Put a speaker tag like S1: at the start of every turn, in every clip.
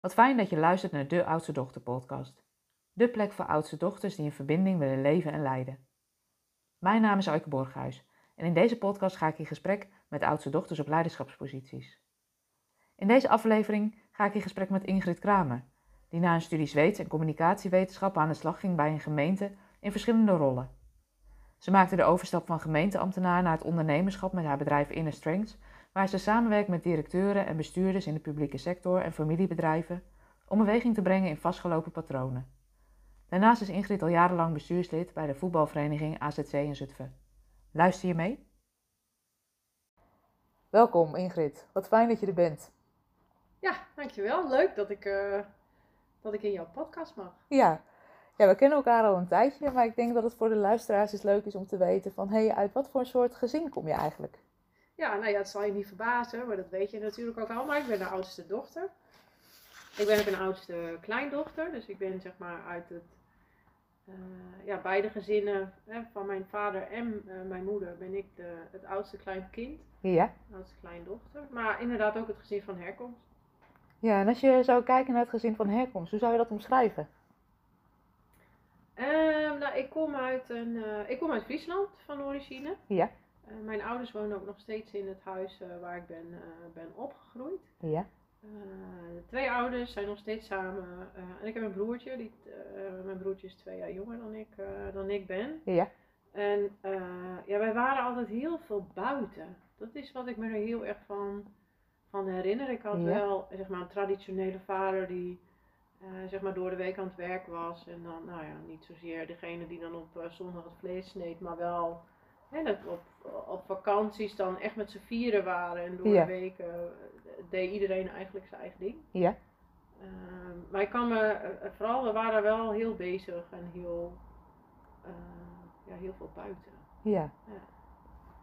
S1: Wat fijn dat je luistert naar de Oudste Dochter podcast. De plek voor oudste dochters die in verbinding willen leven en leiden. Mijn naam is Aike Borghuis en in deze podcast ga ik in gesprek met oudste dochters op leiderschapsposities. In deze aflevering ga ik in gesprek met Ingrid Kramer, die na een studie Zweeds en communicatiewetenschap aan de slag ging bij een gemeente in verschillende rollen. Ze maakte de overstap van gemeenteambtenaar naar het ondernemerschap met haar bedrijf Inner Strengths, waar ze samenwerkt met directeuren en bestuurders in de publieke sector en familiebedrijven om beweging te brengen in vastgelopen patronen. Daarnaast is Ingrid al jarenlang bestuurslid bij de voetbalvereniging AZC in Zutphen. Luister je mee? Welkom Ingrid, wat fijn dat je er bent.
S2: Ja, dankjewel. Leuk dat ik, eh, dat ik in jouw podcast mag.
S1: Ja. ja, we kennen elkaar al een tijdje, maar ik denk dat het voor de luisteraars eens leuk is om te weten van hé, hey, uit wat voor soort gezin kom je eigenlijk?
S2: Ja, nou ja, het zal je niet verbazen, maar dat weet je natuurlijk ook al. Maar ik ben de oudste dochter. Ik ben ook een oudste kleindochter, dus ik ben zeg maar uit het, eh, ja, beide gezinnen hè, van mijn vader en eh, mijn moeder ben ik de, het oudste kleinkind,
S1: Ja.
S2: de oudste kleindochter. Maar inderdaad ook het gezin van herkomst.
S1: Ja, en als je zou kijken naar het gezin van herkomst, hoe zou je dat omschrijven?
S2: Ehm, nou, ik kom, uit een, eh, ik kom uit Friesland van origine.
S1: Ja.
S2: Eh, mijn ouders wonen ook nog steeds in het huis eh, waar ik ben, eh, ben opgegroeid.
S1: Ja.
S2: Eh, de twee ouders zijn nog steeds samen. eh, en ik heb een broertje. Die, eh, mijn broertje is twee jaar jonger dan ik, eh, dan ik ben.
S1: Ja.
S2: En eh, ja, wij waren altijd heel veel buiten. Dat is wat ik me er heel erg van, van herinner. Ik had
S1: Ja.
S2: wel zeg maar, een traditionele vader die eh, zeg maar, door de week aan het werk was. En dan, nou ja, niet zozeer degene die dan op eh, zondag het vlees sneed, maar wel hè, dat we op, op vakanties dan echt met z'n vieren waren. En door
S1: Ja.
S2: de week eh, deed iedereen eigenlijk zijn eigen ding.
S1: Ja.
S2: Ehm, maar ik kan me, eh, eh, vooral, we waren wel heel bezig en heel, eh, ja, heel veel buiten.
S1: Ja.
S2: Ja.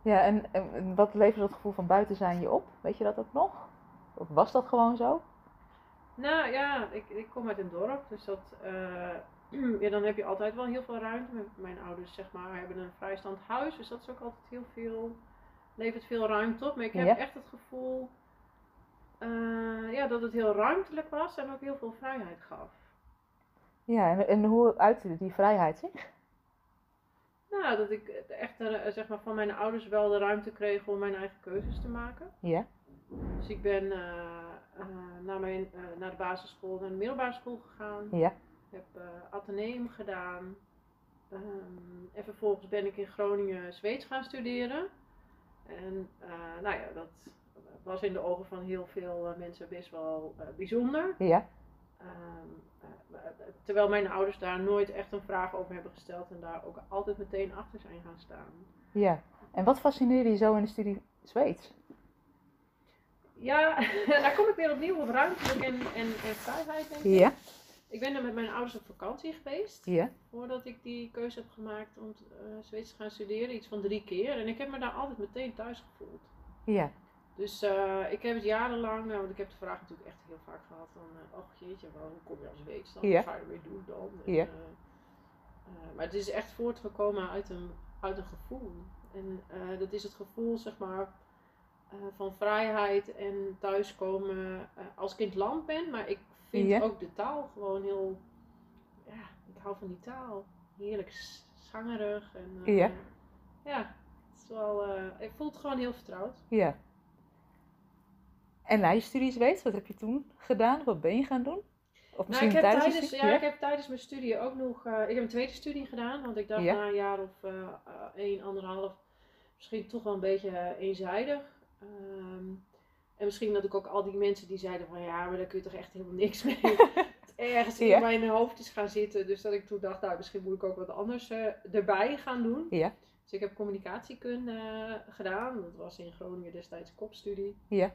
S1: Ja, en, en wat levert dat gevoel van buiten zijn je op? Weet je dat ook nog? Of was dat gewoon zo?
S2: Nou ja, ik, ik kom uit een dorp, dus dat, eh, ja, dan heb je altijd wel heel veel ruimte. Mijn, mijn ouders zeg maar, hebben een vrijstand huis, dus dat is ook altijd heel veel, levert veel ruimte op. Maar ik heb
S1: Ja.
S2: echt het gevoel eh, ja, dat het heel ruimtelijk was en ook heel veel vrijheid gaf.
S1: Ja, en, en hoe uitte die vrijheid zich?
S2: Nou, dat ik echt eh, zeg maar, van mijn ouders wel de ruimte kreeg om mijn eigen keuzes te maken.
S1: Ja.
S2: Dus ik ben eh, eh, naar, mijn, eh, naar de basisschool, naar de middelbare school gegaan.
S1: Ja.
S2: Ik heb eh ateneum gedaan. Ehm, en vervolgens ben ik in Groningen Zweeds gaan studeren. En eh, nou ja, dat was in de ogen van heel veel eh, mensen best wel eh, bijzonder.
S1: Ja.
S2: Ehm, eh, terwijl mijn ouders daar nooit echt een vraag over hebben gesteld en daar ook altijd meteen achter zijn gaan staan.
S1: Ja. En wat fascineerde je zo in de studie Zweeds?
S2: Ja, daar kom ik weer opnieuw op ruimtelijk en, en, en vrijheid denk ik.
S1: Ja.
S2: Ik ben er met mijn ouders op vakantie geweest.
S1: Ja.
S2: Voordat ik die keuze heb gemaakt om eh Zweeds te gaan studeren, iets van drie keer. En ik heb me daar altijd meteen thuis gevoeld.
S1: Ja.
S2: Dus eh, ik heb het jarenlang, eh, want ik heb de vraag natuurlijk echt heel vaak gehad van, eh, och jeetje, waarom kom je als Zweeds dan?
S1: Ja.
S2: Wat ga je weer doen dan? En,
S1: Ja.
S2: eh, eh, maar het is echt voortgekomen uit een, uit een gevoel. En eh, dat is het gevoel, zeg maar, eh, van vrijheid en thuiskomen eh, als kind land ben. Maar ik vind
S1: Ja.
S2: ook de taal gewoon heel, ja, ik hou van die taal. Heerlijk s- zangerig en eh,
S1: Ja.
S2: ja, het is wel, eh, het voelt gewoon heel vertrouwd.
S1: Ja. En na je studie Zweeds, wat heb je toen gedaan? Wat ben je gaan doen? Of
S2: Nou,
S1: misschien
S2: ik, heb
S1: tijdens,
S2: tijdens,
S1: je
S2: ja,
S1: studie?
S2: ik heb tijdens mijn studie ook nog. eh, ik heb een tweede studie gedaan, want ik dacht
S1: Ja.
S2: na een jaar of eh, eh, één, anderhalf, misschien toch wel een beetje eh, eenzijdig. Ehm, en misschien dat ik ook al die mensen die zeiden van ja, maar daar kun je toch echt helemaal niks mee. Ergens
S1: Ja.
S2: in mijn hoofd is gaan zitten. Dus dat ik toen dacht, nou, misschien moet ik ook wat anders eh, erbij gaan doen.
S1: Ja.
S2: Dus ik heb communicatiekunde eh, gedaan. Dat was in Groningen destijds kopstudie.
S1: Ja.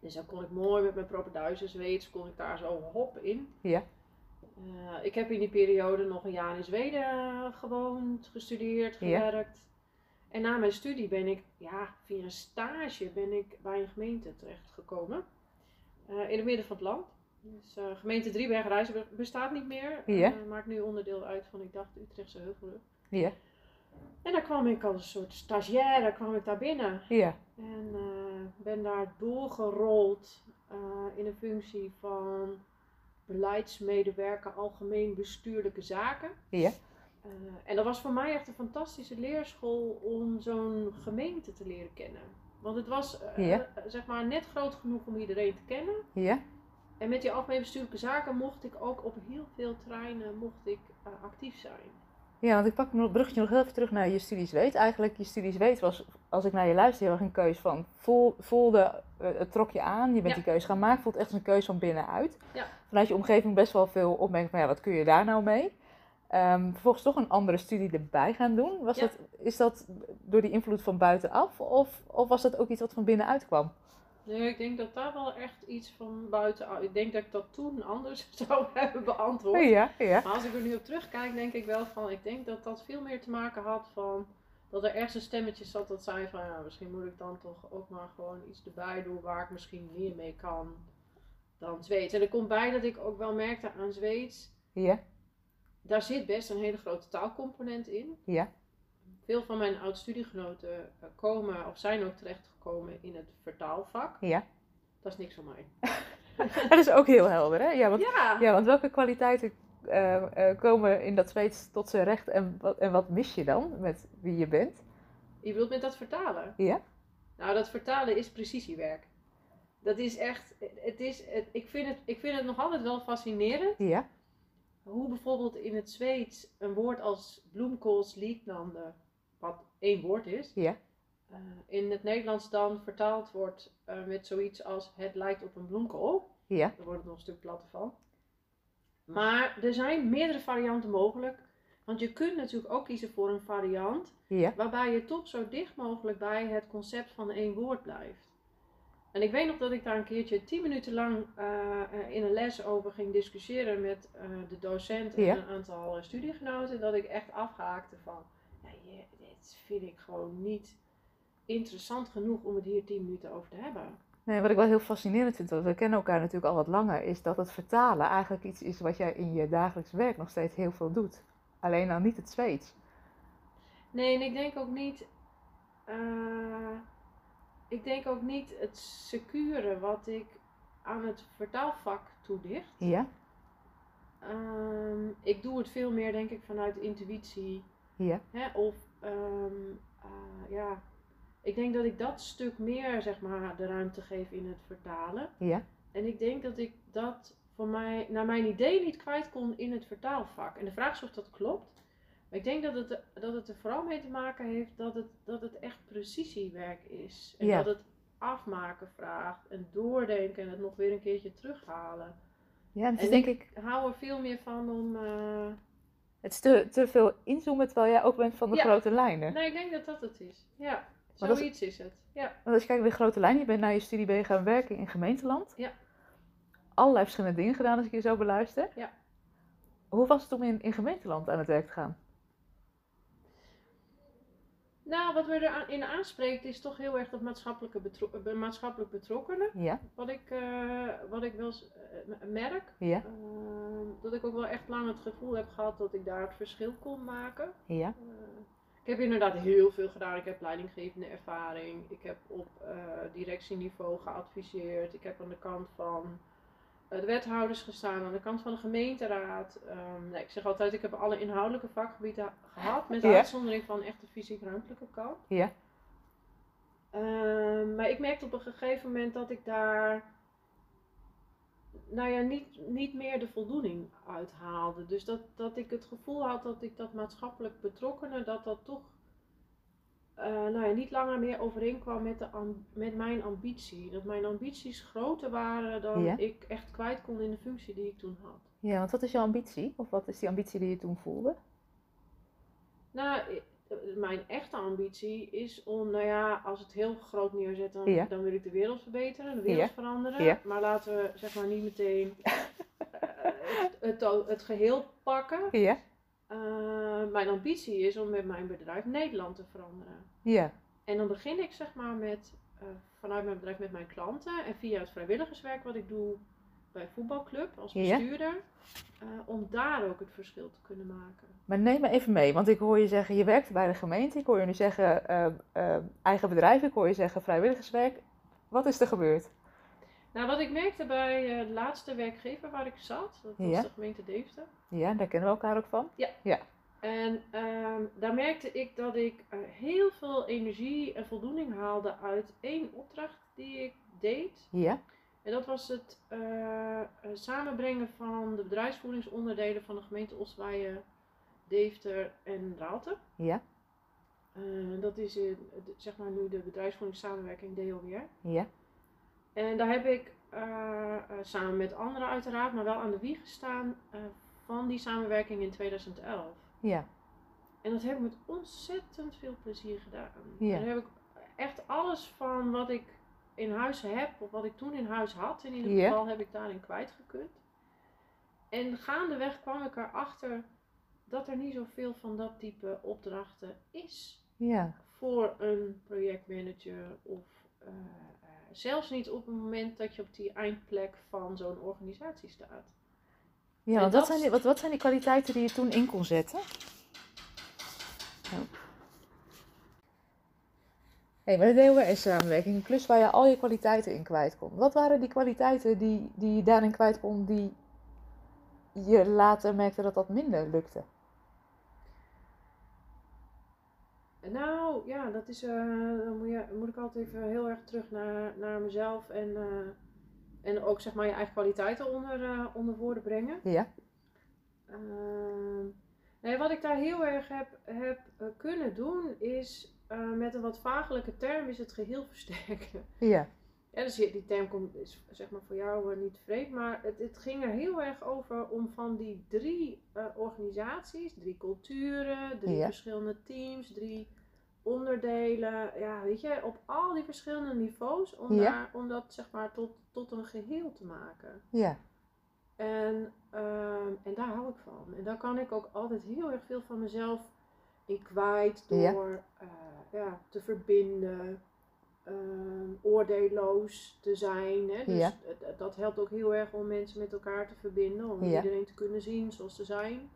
S2: Dus dan kon ik mooi met mijn propenduizen Zweeds, kon ik daar zo hop in.
S1: Ja.
S2: Eh, ik heb in die periode nog een jaar in Zweden eh, gewoond, gestudeerd,
S1: Ja.
S2: gewerkt. En na mijn studie ben ik, ja, via een stage ben ik bij een gemeente terechtgekomen. Eh, in het midden van het land. Dus eh, gemeente Driebergen-Rijzen be- bestaat niet meer.
S1: Ja.
S2: Eh, maakt nu onderdeel uit van, ik dacht, Utrechtse Heuvelrug.
S1: Ja.
S2: En daar kwam ik als een soort stagiaire kwam ik daar binnen.
S1: Ja.
S2: En eh, ben daar doorgerold eh, in de functie van beleidsmedewerker algemeen bestuurlijke zaken.
S1: Ja.
S2: Eh, en dat was voor mij echt een fantastische leerschool om zo'n gemeente te leren kennen. Want het was eh,
S1: Ja.
S2: eh, zeg maar net groot genoeg om iedereen te kennen.
S1: Ja.
S2: En met die algemeen bestuurlijke zaken mocht ik ook op heel veel terreinen mocht ik, eh, actief zijn.
S1: Ja, want ik pak het bruggetje nog heel even terug naar je studies weet. Eigenlijk, je studies weet was, als ik naar je luister, heel erg een keus van voel, voelde, eh, het trok je aan, je bent
S2: Ja.
S1: die keus gaan maken, voelt echt een keus van binnenuit.
S2: Ja.
S1: Vanuit je omgeving best wel veel opmerkingen van, ja, wat kun je daar nou mee? Ehm, vervolgens toch een andere studie erbij gaan doen. Was
S2: Ja.
S1: dat, is dat door die invloed van buitenaf of, of was dat ook iets wat van binnenuit kwam?
S2: Nee, ik denk dat daar wel echt iets van buiten. Ik denk dat ik dat toen anders zou hebben beantwoord.
S1: Ja, ja.
S2: Maar als ik er nu op terugkijk, denk ik wel van, ik denk dat dat veel meer te maken had van, dat er ergens een stemmetje zat dat zei van, ja, misschien moet ik dan toch ook maar gewoon iets erbij doen waar ik misschien meer mee kan dan Zweeds. En er komt bij dat ik ook wel merkte aan Zweeds,
S1: Ja,
S2: daar zit best een hele grote taalcomponent in.
S1: Ja.
S2: Veel van mijn oud-studiegenoten eh, komen of zijn ook terechtgekomen in het vertaalvak.
S1: ja.
S2: Dat is niks van mij.
S1: Dat is ook heel helder, hè? Ja, want
S2: Ja,
S1: Ja, want welke kwaliteiten eh, eh, komen in dat Zweeds tot zijn recht en wat, en wat mis je dan met wie je bent?
S2: Je bedoelt met dat vertalen?
S1: Ja.
S2: Nou, dat vertalen is precisiewerk. Dat is echt, het is, het- ik, vind het, ik vind het nog altijd wel fascinerend
S1: Ja,
S2: hoe bijvoorbeeld in het Zweeds een woord als bloemkoolsliknande, eh, wat één woord is,
S1: Ja.
S2: eh, in het Nederlands dan vertaald wordt eh, met zoiets als het lijkt op een bloemkool.
S1: ja,
S2: Daar wordt het nog een stuk platter van. Maar er zijn meerdere varianten mogelijk. Want je kunt natuurlijk ook kiezen voor een variant
S1: ja,
S2: waarbij je toch zo dicht mogelijk bij het concept van één woord blijft. En ik weet nog dat ik daar een keertje tien minuten lang eh, eh, in een les over ging discussiëren met eh, de docent en
S1: Ja.
S2: een aantal eh, studiegenoten, dat ik echt afhaakte van, "Nee, je- dit vind ik gewoon niet interessant genoeg om het hier tien minuten over te hebben.
S1: Nee, wat ik wel heel fascinerend vind, want we kennen elkaar natuurlijk al wat langer, is dat het vertalen eigenlijk iets is wat jij in je dagelijks werk nog steeds heel veel doet. Alleen dan niet het Zweeds.
S2: Nee, en ik denk ook niet, eh, ik denk ook niet het secure wat ik aan het vertaalvak toedicht.
S1: Ja,
S2: Ehm, ik doe het veel meer, denk ik, vanuit intuïtie.
S1: ja,
S2: Hè? Of, ehm, eh, ja, ik denk dat ik dat stuk meer, zeg maar, de ruimte geef in het vertalen.
S1: ja,
S2: En ik denk dat ik dat voor mij, naar mijn idee niet kwijt kon in het vertaalvak. En de vraag is of dat klopt. Maar ik denk dat het, dat het er vooral mee te maken heeft dat het, dat het echt precisiewerk is. En
S1: Ja.
S2: dat het afmaken vraagt en doordenken en het nog weer een keertje terughalen.
S1: ja. en Het is
S2: En
S1: denk ik
S2: Ik hou er veel meer van om... eh,
S1: het is te, te veel inzoomen terwijl jij ook bent van de
S2: Ja.
S1: grote lijnen.
S2: Nee, ik denk dat dat het is. Ja,
S1: Maar dat is-
S2: zoiets is het. Ja,
S1: Want als je kijkt naar de grote lijn, je bent na je studie ben je gaan werken in gemeenteland.
S2: Ja.
S1: Allerlei verschillende dingen gedaan als ik je zo beluister.
S2: Ja.
S1: Hoe was het om in, in gemeenteland aan het werk te gaan?
S2: nou wat we erin aanspreekt is toch heel erg dat maatschappelijke betro- eh, maatschappelijk betrokkenen.
S1: Ja,
S2: Wat ik, eh, wat ik wel eens, eh, m- merk,
S1: ja,
S2: Ehm, dat ik ook wel echt lang het gevoel heb gehad dat ik daar het verschil kon maken.
S1: ja,
S2: Eh, ik heb inderdaad heel veel gedaan. Ik heb leidinggevende ervaring. Ik heb op eh, directieniveau geadviseerd. Ik heb aan de kant van eh, de wethouders gestaan, aan de kant van de gemeenteraad. Ehm, nee, ik zeg altijd, ik heb alle inhoudelijke vakgebieden gehad, met
S1: Ja.
S2: uitzondering van echt de fysiek-ruimtelijke kant.
S1: Ja.
S2: Ehm, maar ik merkte op een gegeven moment dat ik daar nou ja, niet, niet meer de voldoening uithaalde. Dus dat, dat ik het gevoel had dat ik dat maatschappelijk betrokkenen, dat dat toch eh, nou ja, niet langer meer overeenkwam met, de am- met mijn ambitie. Dat mijn ambities groter waren dan
S1: Ja.
S2: ik echt kwijt kon in de functie die ik toen had.
S1: ja. Want wat is jouw ambitie? Of wat is die ambitie die je toen voelde?
S2: Nou, i- eh, mijn echte ambitie is om, nou ja, als het heel groot neerzet, dan,
S1: Ja.
S2: dan wil ik de wereld verbeteren, de wereld
S1: Ja.
S2: veranderen.
S1: Ja.
S2: Maar laten we zeg maar niet meteen eh, het, het, to- het geheel pakken.
S1: Ja,
S2: Eh, mijn ambitie is om met mijn bedrijf Nederland te veranderen.
S1: ja,
S2: En dan begin ik zeg maar met, eh, vanuit mijn bedrijf met mijn klanten en via het vrijwilligerswerk wat ik doe bij een voetbalclub als
S1: Ja.
S2: bestuurder, eh, om daar ook het verschil te kunnen maken.
S1: maar neem me even mee, want ik hoor je zeggen, je werkte bij de gemeente. Ik hoor je nu zeggen, eh, eh, eigen bedrijf. Ik hoor je zeggen, vrijwilligerswerk. Wat is er gebeurd?
S2: Nou, wat ik merkte bij eh, de laatste werkgever waar ik zat, dat was
S3: Ja.
S2: de gemeente Deventer.
S3: Ja, daar kennen we elkaar ook van.
S2: En ehm, daar merkte ik dat ik eh, heel veel energie en voldoening haalde uit één opdracht die ik deed.
S3: Ja.
S2: En dat was het eh, eh, samenbrengen van de bedrijfsvoeringsonderdelen van de gemeente Oswaaien, Deventer en Raalte.
S3: Ja.
S2: Eh, dat is in, eh, de- zeg maar nu de bedrijfsvoeringssamenwerking DOWR.
S3: Ja.
S2: En daar heb ik eh, eh, samen met anderen uiteraard, maar wel aan de wieg gestaan eh, van die samenwerking in 2011.
S3: Ja.
S2: En dat heb ik met ontzettend veel plezier gedaan.
S3: Ja.
S2: En daar heb ik echt alles van wat ik in huis heb, of wat ik toen in huis had, in ieder
S3: Ja.
S2: geval heb ik daarin kwijtgekund. En gaandeweg kwam ik erachter dat er niet zoveel van dat type opdrachten is
S3: Ja.
S2: voor een projectmanager of eh, eh, zelfs niet op het moment dat je op die eindplek van zo'n organisatie staat.
S3: Ja, want
S2: dat
S3: wat zijn, die, wat, wat zijn die kwaliteiten die je toen in kon zetten? Oh. Hey, maar de DOR-samenwerking, een klus waar je al je kwaliteiten in kwijt kon. Wat waren die kwaliteiten die, die je daarin kwijt kon, die je later merkte dat dat minder lukte?
S2: Nou ja, dat is, eh, dan moet, je, moet ik altijd even heel erg terug naar, naar mezelf en, eh, en ook zeg maar je eigen kwaliteiten onder, eh, onder woorden brengen.
S3: Ja,
S2: Ehm, nee, wat ik daar heel erg heb, heb eh, kunnen doen is eh, met een wat vagelijke term is het geheel versterken.
S3: ja,
S2: Ja, dus die die term komt, is zeg maar voor jou eh, niet vreemd, maar het, het ging er heel erg over om van die drie eh, organisaties, drie culturen, drie
S3: Ja.
S2: verschillende teams, drie onderdelen, ja, weet je, op al die verschillende niveaus, om,
S3: Ja.
S2: daar, om dat zeg maar tot, tot een geheel te maken.
S3: ja,
S2: En, ehm, en daar hou ik van. En daar kan ik ook altijd heel erg veel van mezelf in kwijt
S3: Ja.
S2: door eh, ja, te verbinden, ehm, oordeelloos te zijn. Hè? Dus
S3: Ja.
S2: d- d- dat helpt ook heel erg om mensen met elkaar te verbinden, om
S3: Ja.
S2: iedereen te kunnen zien zoals ze zijn.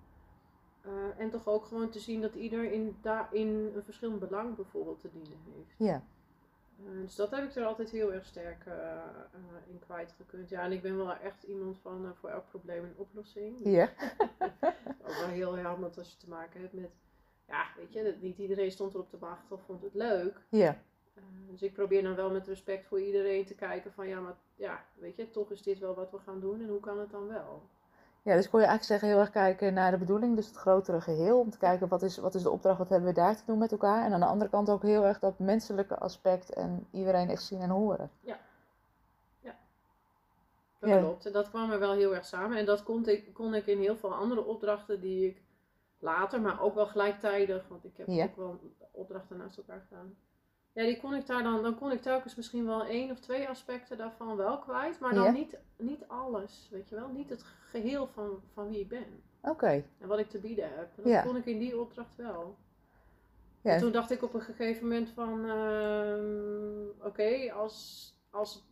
S2: Eh, en toch ook gewoon te zien dat ieder in, daarin een verschillend belang bijvoorbeeld te dienen heeft.
S3: ja.
S2: Eh, dus dat heb ik er altijd heel erg sterk eh, eh, in kwijtgekund. Ja, en ik ben wel echt iemand van eh, voor elk probleem een oplossing.
S3: ja.
S2: Ook wel heel erg, want als je te maken hebt met, ja, weet je, dat niet iedereen stond erop te wachten of vond het leuk.
S3: Ja,
S2: Eh, dus ik probeer dan wel met respect voor iedereen te kijken van, ja, maar ja, weet je, toch is dit wel wat we gaan doen en hoe kan het dan wel?
S3: ja, dus kon je eigenlijk zeggen heel erg kijken naar de bedoeling, dus het grotere geheel. Om te kijken wat is, wat is de opdracht, wat hebben we daar te doen met elkaar. En aan de andere kant ook heel erg dat menselijke aspect en iedereen echt zien en horen.
S2: Dat
S3: Ja.
S2: klopt. En dat kwam er wel heel erg samen. En dat kon ik, kon ik in heel veel andere opdrachten die ik later, maar ook wel gelijktijdig, want ik heb
S3: Ja.
S2: ook wel opdrachten naast elkaar gedaan. Ja, die kon ik daar dan, dan kon ik telkens misschien wel één of twee aspecten daarvan wel kwijt, maar dan
S3: Ja.
S2: niet, niet alles, weet je wel. Niet het geheel van, van wie ik ben
S3: Oké,
S2: en wat ik te bieden heb. En dat
S3: Ja.
S2: kon ik in die opdracht wel.
S3: Ja,
S2: En
S3: en-
S2: toen dacht ik op een gegeven moment van, ehm, oké, als, als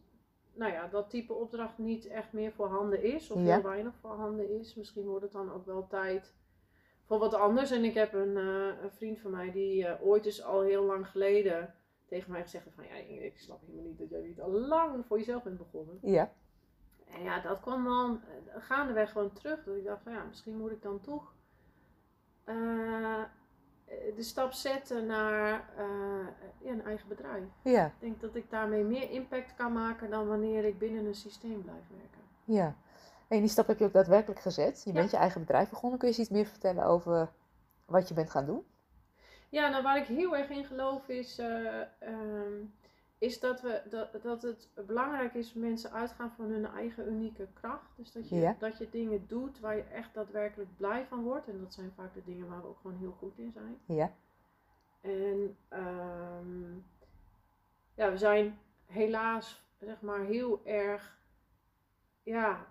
S2: nou ja, dat type opdracht niet echt meer voorhanden is, of
S3: Ja.
S2: heel weinig voorhanden is, misschien wordt het dan ook wel tijd voor wat anders. En ik heb een, eh, een vriend van mij die eh, ooit dus al heel lang geleden tegen mij gezegd heeft van, ja, Ingrid, ik snap helemaal niet dat jij niet al lang voor jezelf bent begonnen.
S3: ja,
S2: En ja, dat kwam dan eh, gaandeweg gewoon terug. Dat ik dacht van ja, misschien moet ik dan toch eh, de stap zetten naar eh, ja, een eigen bedrijf.
S3: ja,
S2: Ik denk dat ik daarmee meer impact kan maken dan wanneer ik binnen een systeem blijf werken.
S3: ja. En die stap heb je ook daadwerkelijk gezet. Je
S2: Ja.
S3: bent je eigen bedrijf begonnen. Kun je eens iets meer vertellen over wat je bent gaan doen?
S2: Ja, nou waar ik heel erg in geloof is, eh, ehm, is dat, we, dat, dat het belangrijk is dat mensen uitgaan van hun eigen unieke kracht. Dus dat je,
S3: Ja.
S2: dat je dingen doet waar je echt daadwerkelijk blij van wordt. En dat zijn vaak de dingen waar we ook gewoon heel goed in zijn.
S3: Ja,
S2: En ehm, ja, we zijn helaas zeg maar heel erg ja,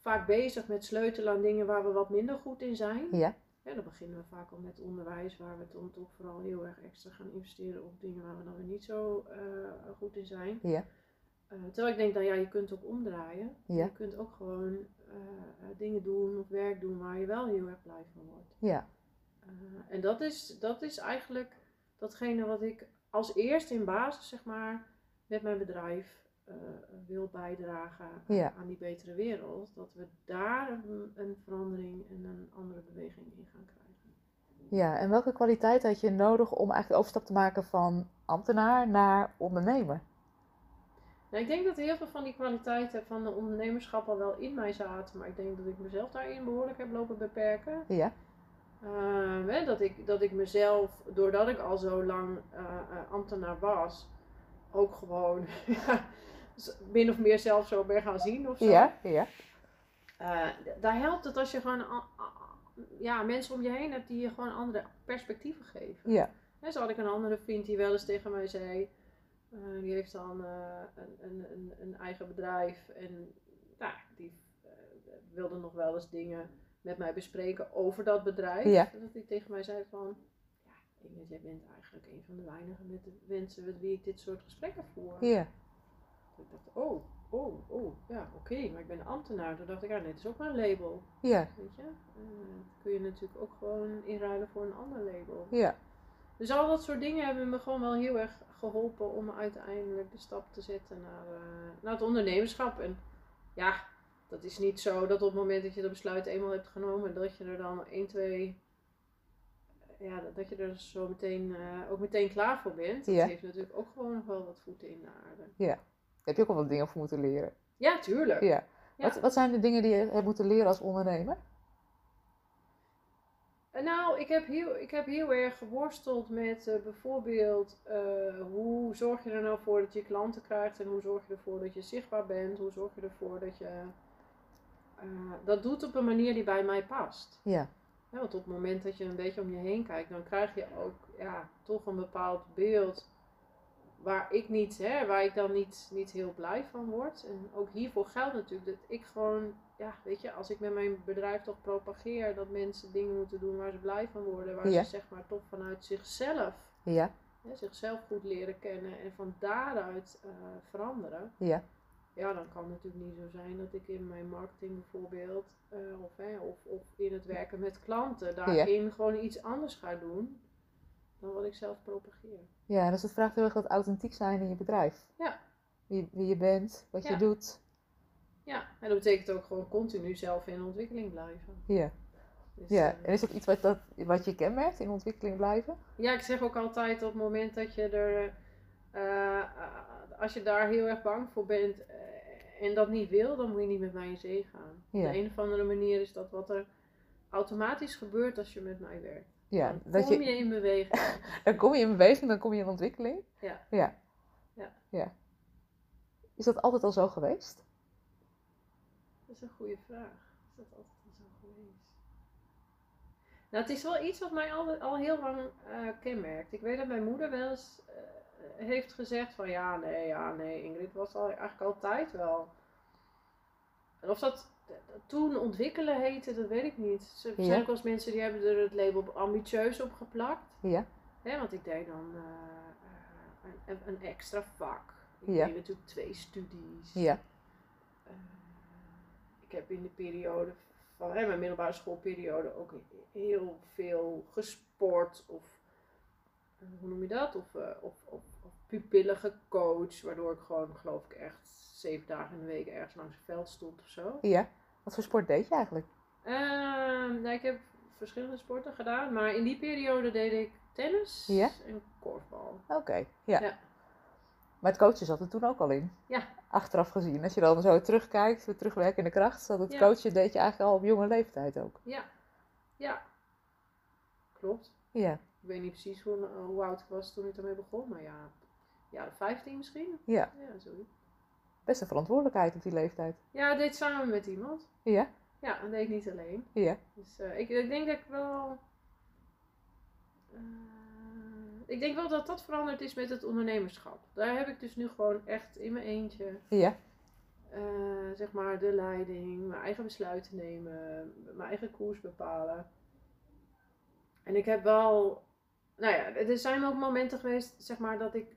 S2: vaak bezig met sleutelen aan dingen waar we wat minder goed in zijn.
S3: ja,
S2: Ja, dan beginnen we vaak al met onderwijs, waar we dan toch vooral heel erg extra gaan investeren op dingen waar we dan weer niet zo eh, goed in zijn.
S3: Ja.
S2: Eh, terwijl ik denk, dan ja, je kunt ook omdraaien.
S3: Ja.
S2: Je kunt ook gewoon eh, eh, dingen doen of werk doen waar je wel heel erg blij van wordt.
S3: ja,
S2: Eh, en dat is, dat is eigenlijk datgene wat ik als eerst in basis, zeg maar, met mijn bedrijf eh, wil bijdragen
S1: Ja.
S2: aan die betere wereld, dat we daar een, een verandering en een andere beweging in gaan krijgen.
S1: Ja, en welke kwaliteit had je nodig om eigenlijk de overstap te maken van ambtenaar naar ondernemer?
S2: Nou, ik denk dat heel veel van die kwaliteiten van de ondernemerschap al wel in mij zaten, maar ik denk dat ik mezelf daarin behoorlijk heb lopen beperken.
S1: Ja,
S2: Ehm, hè, dat, ik, dat ik mezelf, doordat ik al zo lang eh, eh, ambtenaar was, ook gewoon z- min of meer zelf zo ben gaan zien of zo.
S1: ja, ja.
S2: Eh, d- daar helpt het als je gewoon a- a- ja, mensen om je heen hebt die je gewoon andere perspectieven geven.
S1: Ja.
S2: Hè, zo had ik een andere vriend die wel eens tegen mij zei, eh, die heeft dan eh, een, een, een, een eigen bedrijf en nou, die eh, wilde nog wel eens dingen met mij bespreken over dat bedrijf.
S1: Ja.
S2: En Dat hij tegen mij zei van, ja, Ingrid, jij bent eigenlijk een van de weinige met de mensen met wie ik dit soort gesprekken voer.
S1: Ja,
S2: Ik dacht, oh, oh, oh, ja, oké, maar ik ben ambtenaar. Toen dacht ik, ja, nee, het is ook maar een label,
S1: ja,
S2: weet je. Eh, dat kun je natuurlijk ook gewoon inruilen voor een ander label.
S1: ja.
S2: Dus al dat soort dingen hebben me gewoon wel heel erg geholpen om uiteindelijk de stap te zetten naar, eh, naar het ondernemerschap. En ja, dat is niet zo dat op het moment dat je dat besluit eenmaal hebt genomen, dat je er dan 1, 2, ja, dat- dat je er zo meteen eh, ook meteen klaar voor bent. Dat
S1: Ja.
S2: heeft natuurlijk ook gewoon nog wel wat voeten in de aarde.
S1: Daar heb je ook al wat dingen voor moeten leren.
S2: Ja, tuurlijk.
S1: Ja.
S2: Ja.
S1: Wat, wat zijn de dingen die je hebt moeten leren als ondernemer?
S2: Eh, Nou, ik heb heel, ik heb heel erg geworsteld met eh, bijvoorbeeld eh, hoe zorg je er nou voor dat je klanten krijgt en hoe zorg je ervoor dat je zichtbaar bent, hoe zorg je ervoor dat je eh, dat doet op een manier die bij mij past.
S1: Ja,
S2: Ja, want op het moment dat je een beetje om je heen kijkt, dan krijg je ook ja, toch een bepaald beeld waar ik niet, hè, waar ik dan niet, niet heel blij van word. En ook hiervoor geldt natuurlijk dat ik gewoon, ja, weet je, als ik met mijn bedrijf toch propageer dat mensen dingen moeten doen waar ze blij van worden, waar
S1: Ja.
S2: ze zeg maar toch vanuit zichzelf,
S1: ja,
S2: hè, zichzelf goed leren kennen en van daaruit eh, veranderen.
S1: ja,
S2: Ja, dan kan het natuurlijk niet zo zijn dat ik in mijn marketing bijvoorbeeld, eh, of, hè, of, of in het werken met klanten, daarin gewoon iets anders ga doen dan wat ik zelf propageer.
S1: ja. Dus het vraagt heel erg dat authentiek zijn in je bedrijf.
S2: Ja.
S1: Wie, wie je bent, wat je
S2: Ja.
S1: doet.
S2: Ja, en dat betekent ook gewoon continu zelf in ontwikkeling blijven.
S1: Ja.
S2: Dus,
S1: ja.
S2: eh,
S1: En is dat iets wat, dat, wat je kenmerkt in ontwikkeling blijven?
S2: ja, ik zeg ook altijd op het moment dat je er, eh, eh, als je daar heel erg bang voor bent eh, en dat niet wil, dan moet je niet met mij in zee gaan.
S1: Ja.
S2: Op de een of andere manier is dat wat er automatisch gebeurt als je met mij werkt.
S1: Ja.
S2: dan
S1: dat
S2: kom je in beweging.
S1: Dan kom je in beweging, dan kom je in ontwikkeling.
S2: Ja.
S1: Ja.
S2: Ja.
S1: Ja. Is dat altijd al zo geweest?
S2: Dat is een goede vraag. Is dat altijd al zo geweest? Nou, het is wel iets wat mij al, al heel lang eh, kenmerkt. Ik weet dat mijn moeder wel eens eh, heeft gezegd van ja, nee, ja, nee, Ingrid was al, eigenlijk altijd wel. En of dat eh, toen ontwikkelen heette, dat weet ik niet. Er zijn
S1: Ja.
S2: ook wel eens mensen die hebben er het label ambitieus op geplakt.
S1: Ja.
S2: Hè, want ik deed dan eh, eh, een, een extra vak. Ik
S1: Ja.
S2: deed natuurlijk twee studies.
S1: Ja.
S2: Eh, ik heb in de periode van hè, mijn middelbare schoolperiode ook heel veel gesport of eh, hoe noem je dat? Of, eh, of, of, of pupillen gecoacht, waardoor ik gewoon geloof ik echt zeven dagen in de week ergens langs het veld stond of zo.
S1: Ja. Wat voor sport deed je eigenlijk?
S2: Ehm, nou, ik heb verschillende sporten gedaan, maar in die periode deed ik tennis
S1: Ja.
S2: en korfbal.
S1: Oké. Ja.
S2: Ja.
S1: Maar het coachen zat er toen ook al in.
S2: Ja.
S1: Achteraf gezien. Als je dan zo terugkijkt, met terugwerkende kracht, zat het
S2: Ja.
S1: coachen deed je eigenlijk al op jonge leeftijd ook.
S2: Ja, ja, klopt.
S1: Ja.
S2: Ik weet niet precies hoe, hoe oud ik was toen ik daarmee begon, maar ja, ja, 15 misschien.
S1: Ja.
S2: Ja, zoiets.
S1: Best een verantwoordelijkheid op die leeftijd.
S2: Ja, ik deed samen met iemand.
S1: Ja.
S2: Ja, dat deed ik niet alleen.
S1: Ja.
S2: Dus eh, ik, ik denk dat ik wel. eh, ik denk wel dat dat veranderd is met het ondernemerschap. Daar heb ik dus nu gewoon echt in mijn eentje,
S1: Ja.
S2: eh, zeg maar, de leiding, mijn eigen besluiten nemen, mijn eigen koers bepalen. En ik heb wel. Nou ja, er zijn ook momenten geweest, zeg maar, dat ik,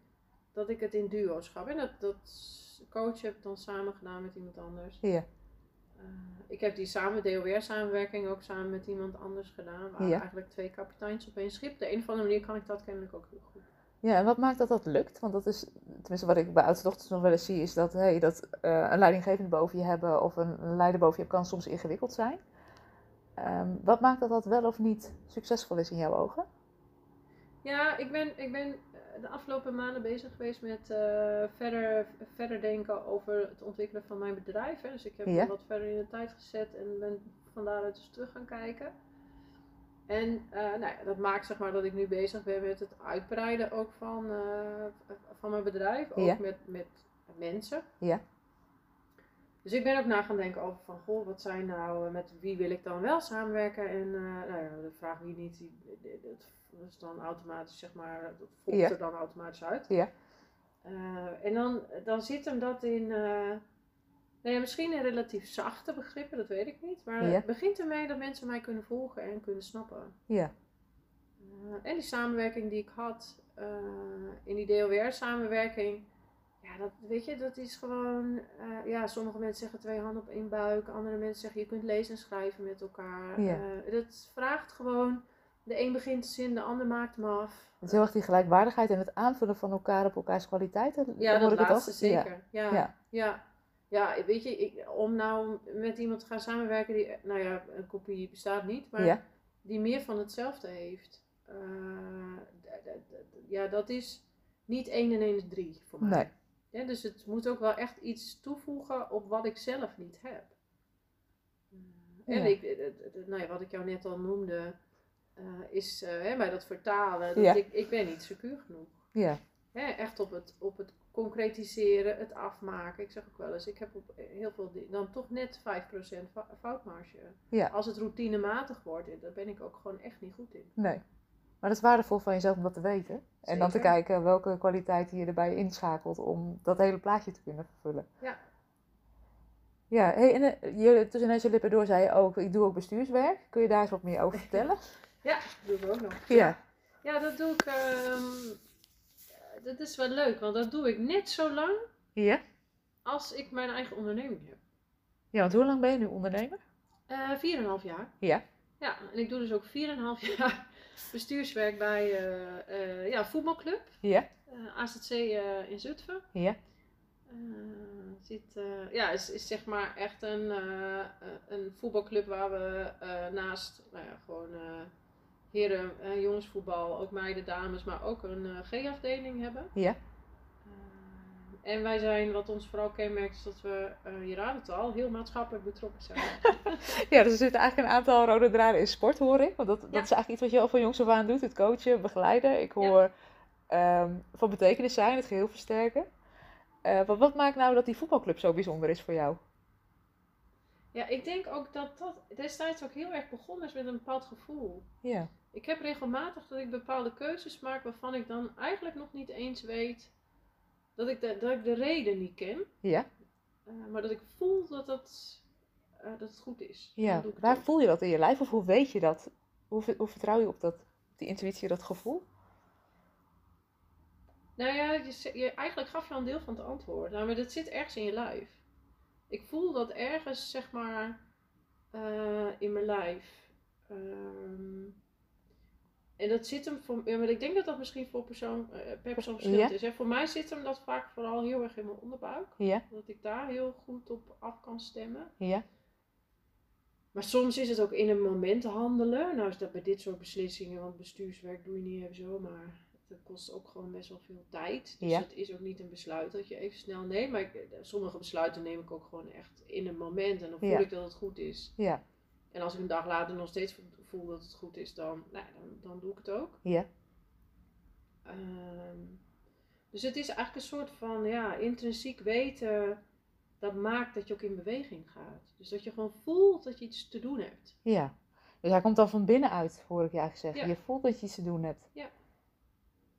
S2: dat ik het in duo's gaf. En dat, dat coach heb ik dan samen gedaan met iemand anders.
S1: Ja.
S2: Eh, ik heb die samen, DOR-samenwerking ook samen met iemand anders gedaan. We waren
S1: Ja.
S2: eigenlijk twee kapiteins op één schip. De een of andere manier kan ik dat kennelijk ook heel goed.
S1: Ja, en wat maakt dat dat lukt? Want dat is, tenminste wat ik bij oudste dochters nog wel eens zie, is dat, hey, dat eh, een leidinggevende boven je hebben of een, een leider boven je hebben, kan soms ingewikkeld zijn. Ehm, wat maakt dat dat wel of niet succesvol is in jouw ogen?
S2: Ja, ik ben, ik ben eh, de afgelopen maanden bezig geweest met eh, verder, verder denken over het ontwikkelen van mijn bedrijf. Hè. Dus ik heb
S1: Ja.
S2: me wat verder in de tijd gezet en ben van daaruit dus terug gaan kijken. En eh, nou ja, dat maakt zeg maar dat ik nu bezig ben met het uitbreiden ook van, eh, van mijn bedrijf. Ook
S1: Ja.
S2: met, met mensen.
S1: Ja.
S2: Dus ik ben ook na gaan denken over van, goh, wat zijn nou, eh, met wie wil ik dan wel samenwerken? En eh, nou ja, de vraag wie niet, die, die- die- dat is dan automatisch, zeg maar, dat volgt
S1: Ja.
S2: er dan automatisch uit.
S1: Ja.
S2: Eh, en dan, dan zit hem dat in, eh nou ja, misschien in relatief zachte begrippen, dat weet ik niet. Maar
S1: Ja.
S2: het begint ermee dat mensen mij kunnen volgen en kunnen snappen.
S1: Ja.
S2: Eh, en die samenwerking die ik had eh, in die DLR-samenwerking, ja, dat, weet je, dat is gewoon, eh, ja, sommige mensen zeggen twee handen op één buik, andere mensen zeggen je kunt lezen en schrijven met elkaar.
S1: Ja.
S2: Eh, dat vraagt gewoon, de een begint de zin, de ander maakt hem af.
S1: Het is heel erg die gelijkwaardigheid en het aanvullen van elkaar op elkaars kwaliteiten.
S2: Ja,
S1: dan hoor
S2: dat
S1: ik het
S2: laatste
S1: ook. Ja.
S2: zeker. Ja.
S1: Ja.
S2: Ja. ja. weet je, ik, om nou met iemand te gaan samenwerken die, nou ja, een kopie bestaat niet, maar
S1: Ja.
S2: die meer van hetzelfde heeft. eh, d- d- d- ja, dat is niet 1 en 1 is 3 voor mij.
S1: Nee.
S2: Ja, dus het moet ook wel echt iets toevoegen op wat ik zelf niet heb. Eh, En
S1: Ja.
S2: ik, eh, eh, eh, nou ja, wat ik jou net al noemde, eh, is eh, hè, bij dat vertalen, dat
S1: Ja.
S2: ik, ik ben niet secuur genoeg.
S1: Ja.
S2: Hè, echt op het, op het concretiseren, het afmaken. Ik zeg ook wel eens, ik heb op eh, heel veel di- dan toch net 5% fa- foutmarge.
S1: Ja.
S2: Als het routinematig wordt, en daar ben ik ook gewoon echt niet goed in.
S1: Nee. Maar dat is waardevol van jezelf om dat te weten. En dan te
S2: Zeker.
S1: kijken welke kwaliteiten je erbij inschakelt om dat hele plaatje te kunnen vervullen.
S2: Ja.
S1: Ja, hey, en eh, je, tussen neus en lippen door zei je ook, ik doe ook bestuurswerk. Kun je daar eens wat meer over vertellen?
S2: Ja, dat doen we ook nog.
S1: ja.
S2: Ja, dat doe ik. ehm, dat is wel leuk, want dat doe ik net zo lang
S1: Ja?
S2: als ik mijn eigen onderneming heb.
S1: Ja, want hoe lang ben je nu ondernemer?
S2: Eh, 4,5 jaar.
S1: Ja.
S2: Ja, en ik doe dus ook 4,5 jaar bestuurswerk bij eh, eh, ja, voetbalclub.
S1: Ja.
S2: eh, AZC eh, in Zutphen.
S1: Ja.
S2: Eh, zit, eh, ja, is, is zeg maar echt een, eh, eh, een voetbalclub waar we eh, naast nou ja, gewoon eh, heren, eh, jongensvoetbal, ook meiden, dames, maar ook een eh, G-afdeling hebben.
S1: Ja.
S2: Eh, en wij zijn, wat ons vooral kenmerkt, is dat we, eh je raadt het al, heel maatschappelijk betrokken zijn.
S1: Ja, dus er zitten eigenlijk een aantal rode draden in sport, hoor ik. Want dat, dat
S2: Ja.
S1: is eigenlijk iets wat je al van jongs af aan doet. Het coachen, begeleiden. Ik hoor ehm, van betekenis zijn, het geheel versterken. Eh, wat, wat maakt nou dat die voetbalclub zo bijzonder is voor jou?
S2: Ja, ik denk ook dat dat destijds ook heel erg begonnen is met een bepaald gevoel.
S1: Ja.
S2: Ik heb regelmatig dat ik bepaalde keuzes maak waarvan ik dan eigenlijk nog niet eens weet dat ik de, dat ik de reden niet ken.
S1: Ja?
S2: Eh, maar dat ik voel dat, dat, eh, dat het goed is.
S1: Ja,
S2: Dan doe ik het
S1: waar
S2: ook.
S1: voel je dat in je lijf of hoe weet je dat? Hoe, ver- hoe vertrouw je op dat, die intuïtie, dat gevoel?
S2: Nou ja, je, ze- je, eigenlijk gaf je al een deel van het antwoord. Nou, maar dat zit ergens in je lijf. Ik voel dat ergens, zeg maar, eh, in mijn lijf. Ehm, en dat zit hem voor. Ja, maar ik denk dat dat misschien voor persoon, eh, per persoon verschillend
S1: Ja.
S2: is. Hè? Voor mij zit hem dat vaak vooral heel erg in mijn onderbuik.
S1: Ja,
S2: Dat ik daar heel goed op af kan stemmen.
S1: ja,
S2: Maar soms is het ook in een moment handelen. Nou is dat bij dit soort beslissingen, want bestuurswerk doe je niet even zomaar. Dat kost ook gewoon best wel veel tijd. Dus
S1: Ja.
S2: het is ook niet een besluit dat je even snel neemt. Maar ik- eh, sommige besluiten neem ik ook gewoon echt in een moment. En dan voel
S1: Ja.
S2: ik dat het goed is.
S1: ja,
S2: En als ik een dag later nog steeds vo- voel dat het goed is, dan, nou, ja, dan, dan doe ik het ook.
S1: Ja.
S2: Ehm, dus het is eigenlijk een soort van ja, intrinsiek weten. Dat maakt dat je ook in beweging gaat. Dus dat je gewoon voelt dat je iets te doen hebt.
S1: ja. Dus hij komt dan van binnenuit, hoor ik je eigenlijk zeggen.
S2: Ja.
S1: Je voelt dat je iets te doen hebt.
S2: Ja.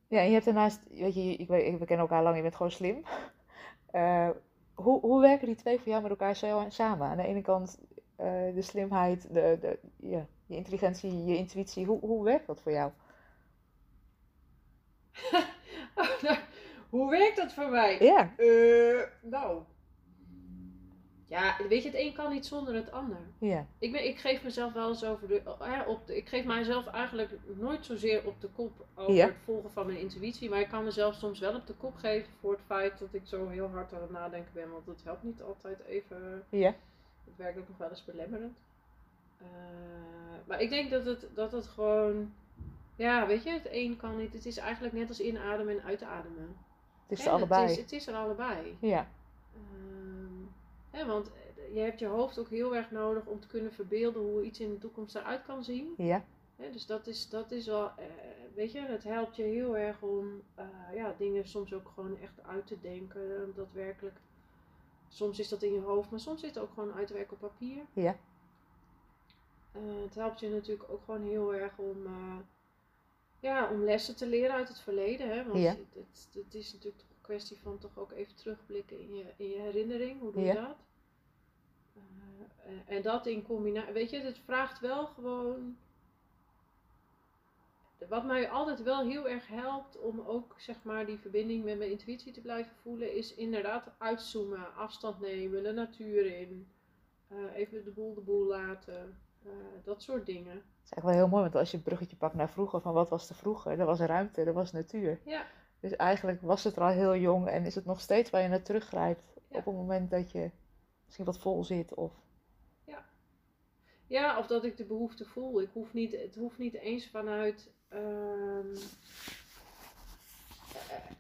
S1: Ja, en je hebt daarnaast, weet je, ik, weet- we kennen elkaar lang, je bent gewoon slim. Eh, hoe, hoe werken die twee voor jou met elkaar zo samen? Aan de ene kant eh, de slimheid, de, de, ja, je intelligentie, je intuïtie. Hoe, hoe werkt dat voor jou?
S2: Hoe werkt dat voor mij?
S1: Ja,
S2: Eh, nou, Ja, weet je, het een kan niet zonder het ander.
S1: Ja,
S2: Ik, ben, ik geef mezelf wel eens over de, hè, op de. Ik geef mijzelf eigenlijk nooit zozeer op de kop over
S1: Ja.
S2: het volgen van mijn intuïtie. Maar ik kan mezelf soms wel op de kop geven voor het feit dat ik zo heel hard aan het nadenken ben. Want dat helpt niet altijd even.
S1: ja.
S2: Het werkt ook nog wel eens belemmerend. Eh, maar ik denk dat het, dat het gewoon. Ja, weet je, het een kan niet. Het is eigenlijk net als inademen en uitademen.
S1: Het is er
S2: Hè,
S1: allebei.
S2: Het is, het is er allebei.
S1: Ja,
S2: Ehm, hè, want eh, je hebt je hoofd ook heel erg nodig om te kunnen verbeelden hoe iets in de toekomst eruit kan zien.
S1: ja,
S2: Hè, dus dat is, dat is wel, eh, weet je, het helpt je heel erg om eh, ja, dingen soms ook gewoon echt uit te denken. om Dat werkelijk, soms is dat in je hoofd, maar soms zit het ook gewoon uit te werken op papier.
S1: Ja.
S2: Eh, het helpt je natuurlijk ook gewoon heel erg om, eh, ja, om lessen te leren uit het verleden. Hè? Want
S1: Ja.
S2: het, het, het Dus is natuurlijk toch een kwestie van toch ook even terugblikken in je, in je herinnering. Hoe doe
S1: Ja.
S2: je dat? Eh, en- en dat in combinatie, weet je, het vraagt wel gewoon wat mij altijd wel heel erg helpt om ook zeg maar die verbinding met mijn intuïtie te blijven voelen, is inderdaad uitzoomen, afstand nemen, de natuur in, eh, even de boel de boel laten, eh, dat soort dingen.
S1: het is echt wel heel mooi, want als je het bruggetje pakt naar vroeger, van wat was er vroeger? Er was ruimte, er was natuur.
S2: Ja.
S1: Dus eigenlijk was het er al heel jong en is het nog steeds waar je naar teruggrijpt
S2: Ja.
S1: op het moment dat je misschien wat vol zit of...
S2: Ja, of dat ik de behoefte voel. Ik hoef niet, het hoeft niet eens vanuit ehm,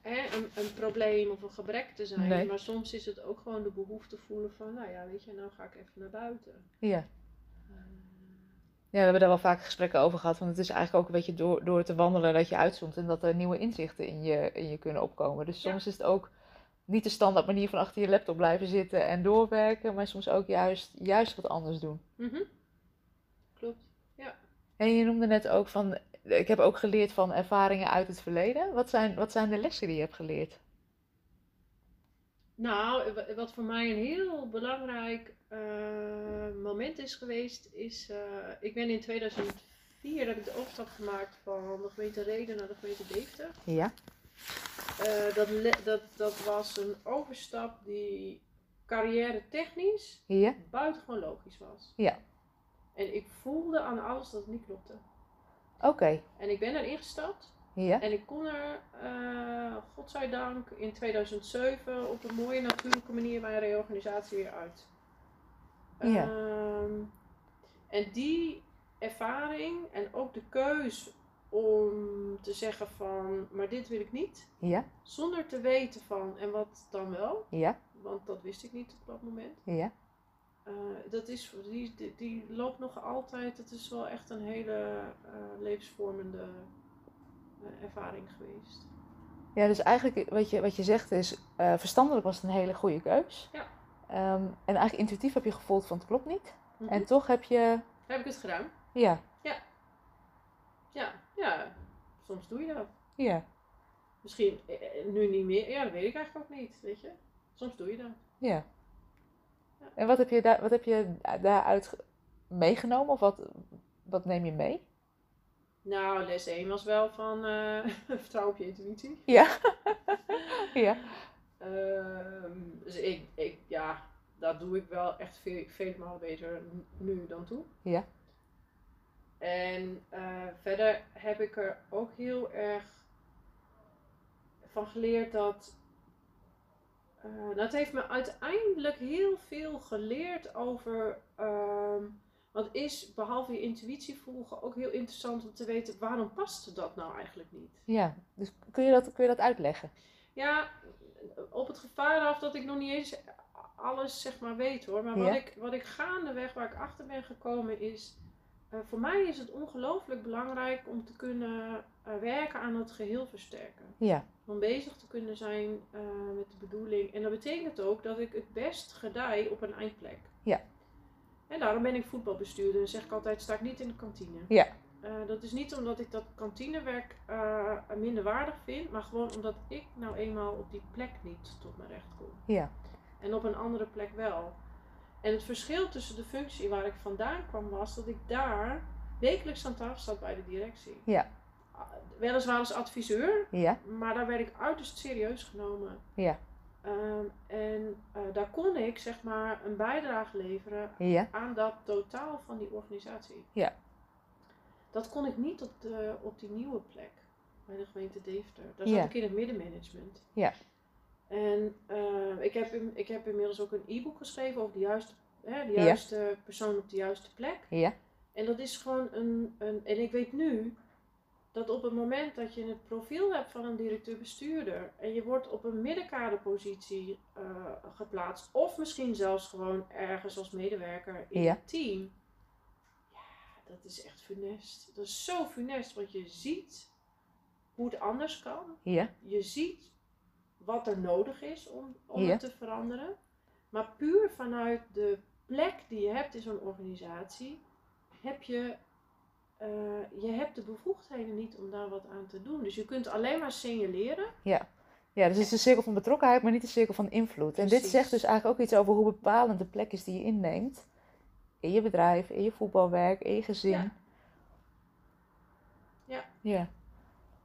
S2: eh, eh, een, een probleem of een gebrek te zijn.
S1: Nee.
S2: Maar soms is het ook gewoon de behoefte voelen van, nou ja, weet je, nou ga ik even naar buiten.
S1: Ja.
S2: Eh,
S1: Ja, we hebben daar wel vaak gesprekken over gehad. Want het is eigenlijk ook een beetje door, door te wandelen dat je uitzoomt en dat er nieuwe inzichten in je, in je kunnen opkomen. Dus
S2: Ja.
S1: soms is het ook niet de standaard manier van achter je laptop blijven zitten en doorwerken, maar soms ook juist, juist wat anders doen.
S2: Mhm. Klopt.
S1: En je noemde net ook van, ik heb ook geleerd van ervaringen uit het verleden. Wat zijn, wat zijn de lessen die je hebt geleerd?
S2: Nou, wa- wat voor mij een heel belangrijk eh, moment is geweest, is. eh, ik ben in 2004 heb ik de overstap gemaakt van de gemeente Reden naar de gemeente Deventer.
S1: Ja.
S2: Eh, dat, le- dat, dat was een overstap die carrière technisch
S1: Ja?
S2: buitengewoon logisch was.
S1: Ja.
S2: En ik voelde aan alles dat het niet klopte.
S1: Oké.
S2: En ik ben erin gestapt.
S1: Ja?
S2: En ik kon er, eh godzijdank, in 2007 op een mooie natuurlijke manier mijn reorganisatie weer uit.
S1: Ja.
S2: Ehm, en die ervaring en ook de keus om te zeggen van, maar dit wil ik niet,
S1: Ja?
S2: zonder te weten van, en wat dan wel,
S1: Ja?
S2: want dat wist ik niet op dat moment.
S1: Ja?
S2: Eh, dat is, die, die, die loopt nog altijd, dat is wel echt een hele eh, levensvormende eh, ervaring geweest.
S1: Ja, dus eigenlijk wat je, wat je zegt is, eh, verstandelijk was het een hele goede keus.
S2: Ja.
S1: Ehm, en eigenlijk intuïtief heb je gevoeld van het klopt niet.
S2: Mhm.
S1: En toch heb je,
S2: Heb ik het gedaan?
S1: ja,
S2: Ja, ja. Soms doe je dat.
S1: ja,
S2: Misschien eh, eh, nu niet meer. Ja, dat weet ik eigenlijk ook niet, weet je. Soms doe je dat.
S1: ja.
S2: Ja.
S1: En wat heb je, daar, wat heb je da- daaruit ge- meegenomen of wat, wat neem je mee?
S2: Nou, les 1 was wel van eh vertrouw op je intuïtie.
S1: Ja. ja.
S2: Ehm, dus ik, ik, ja, dat doe ik wel echt veel, vele malen beter nu dan toen.
S1: Ja.
S2: En eh, verder heb ik er ook heel erg van geleerd dat. eh dat heeft me uiteindelijk heel veel geleerd over. ehm want is behalve je intuïtie volgen ook heel interessant om te weten waarom past dat nou eigenlijk niet?
S1: Ja, dus kun je dat, kun je dat uitleggen?
S2: Ja, op het gevaar af dat ik nog niet eens alles zeg maar weet hoor. Maar wat,
S1: Ja.
S2: ik, wat ik gaandeweg waar ik achter ben gekomen is. eh, voor mij is het ongelooflijk belangrijk om te kunnen eh, werken aan het geheel versterken.
S1: Ja,
S2: Om bezig te kunnen zijn eh, met de bedoeling. En dat betekent ook dat ik het best gedij op een eindplek.
S1: Ja.
S2: En daarom ben ik voetbalbestuurder en zeg ik altijd, sta ik niet in de kantine.
S1: Ja.
S2: Eh, dat is niet omdat ik dat kantinewerk eh, minder waardig vind, maar gewoon omdat ik nou eenmaal op die plek niet tot mijn recht kom.
S1: ja,
S2: En op een andere plek wel. En het verschil tussen de functie waar ik vandaan kwam was dat ik daar wekelijks aan tafel zat bij de directie.
S1: Ja.
S2: Ah, Weliswaar als adviseur,
S1: ja,
S2: maar daar werd ik uiterst serieus genomen.
S1: Ja.
S2: Ehm, en eh, daar kon ik zeg maar een bijdrage leveren
S1: Ja.
S2: aan dat totaal van die organisatie.
S1: Ja.
S2: Dat kon ik niet op, de, op die nieuwe plek bij de gemeente Deventer. Daar
S1: Ja.
S2: zat ik in het middenmanagement.
S1: Ja.
S2: En eh, ik, heb, in- ik heb inmiddels ook een e-book geschreven over de juiste, hè, de
S1: Ja.
S2: juiste persoon op de juiste plek.
S1: Ja.
S2: En dat is gewoon een, een. En ik weet nu dat op het moment dat je het profiel hebt van een directeur-bestuurder en je wordt op een middenkaderpositie eh, geplaatst, of misschien zelfs gewoon ergens als medewerker in
S1: Ja.
S2: het team. Ja, dat is echt funest. Dat is zo funest, want je ziet hoe het anders kan.
S1: Ja.
S2: Je ziet wat er nodig is om, om
S1: Ja.
S2: het te veranderen. Maar puur vanuit de plek die je hebt in zo'n organisatie, heb je, eh, je hebt de bevoegdheden niet om daar wat aan te doen. Dus je kunt alleen maar signaleren.
S1: Ja, dus het is een cirkel van betrokkenheid, maar niet een cirkel van invloed. En dit
S2: Precies.
S1: zegt dus eigenlijk ook iets over hoe bepalend de plek is die je inneemt. In je bedrijf, in je voetbalwerk, in je gezin.
S2: Ja. Ja.
S1: Ja.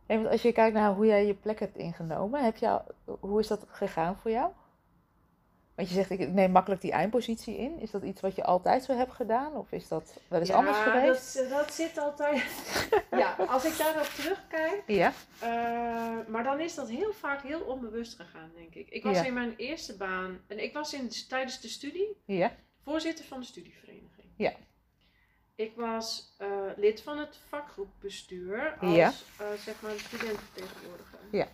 S1: En want als je kijkt naar hoe jij je plek hebt ingenomen, heb je, al- hoe is dat gegaan voor jou? Want je zegt, ik neem makkelijk die eindpositie in. Is dat iets wat je altijd zo hebt gedaan? Of is dat wel eens anders geweest?
S2: Dat, dat zit altijd. ja, als ik daarop terugkijk.
S1: Ja,
S2: Eh, maar dan is dat heel vaak heel onbewust gegaan, denk ik. Ik was
S1: Ja.
S2: in mijn eerste baan en ik was in, tijdens de studie
S1: ja,
S2: voorzitter van de studievereniging.
S1: Ja.
S2: Ik was eh, lid van het vakgroep bestuur als
S1: Ja.
S2: eh, zeg maar de studentenvertegenwoordiger.
S1: Ja.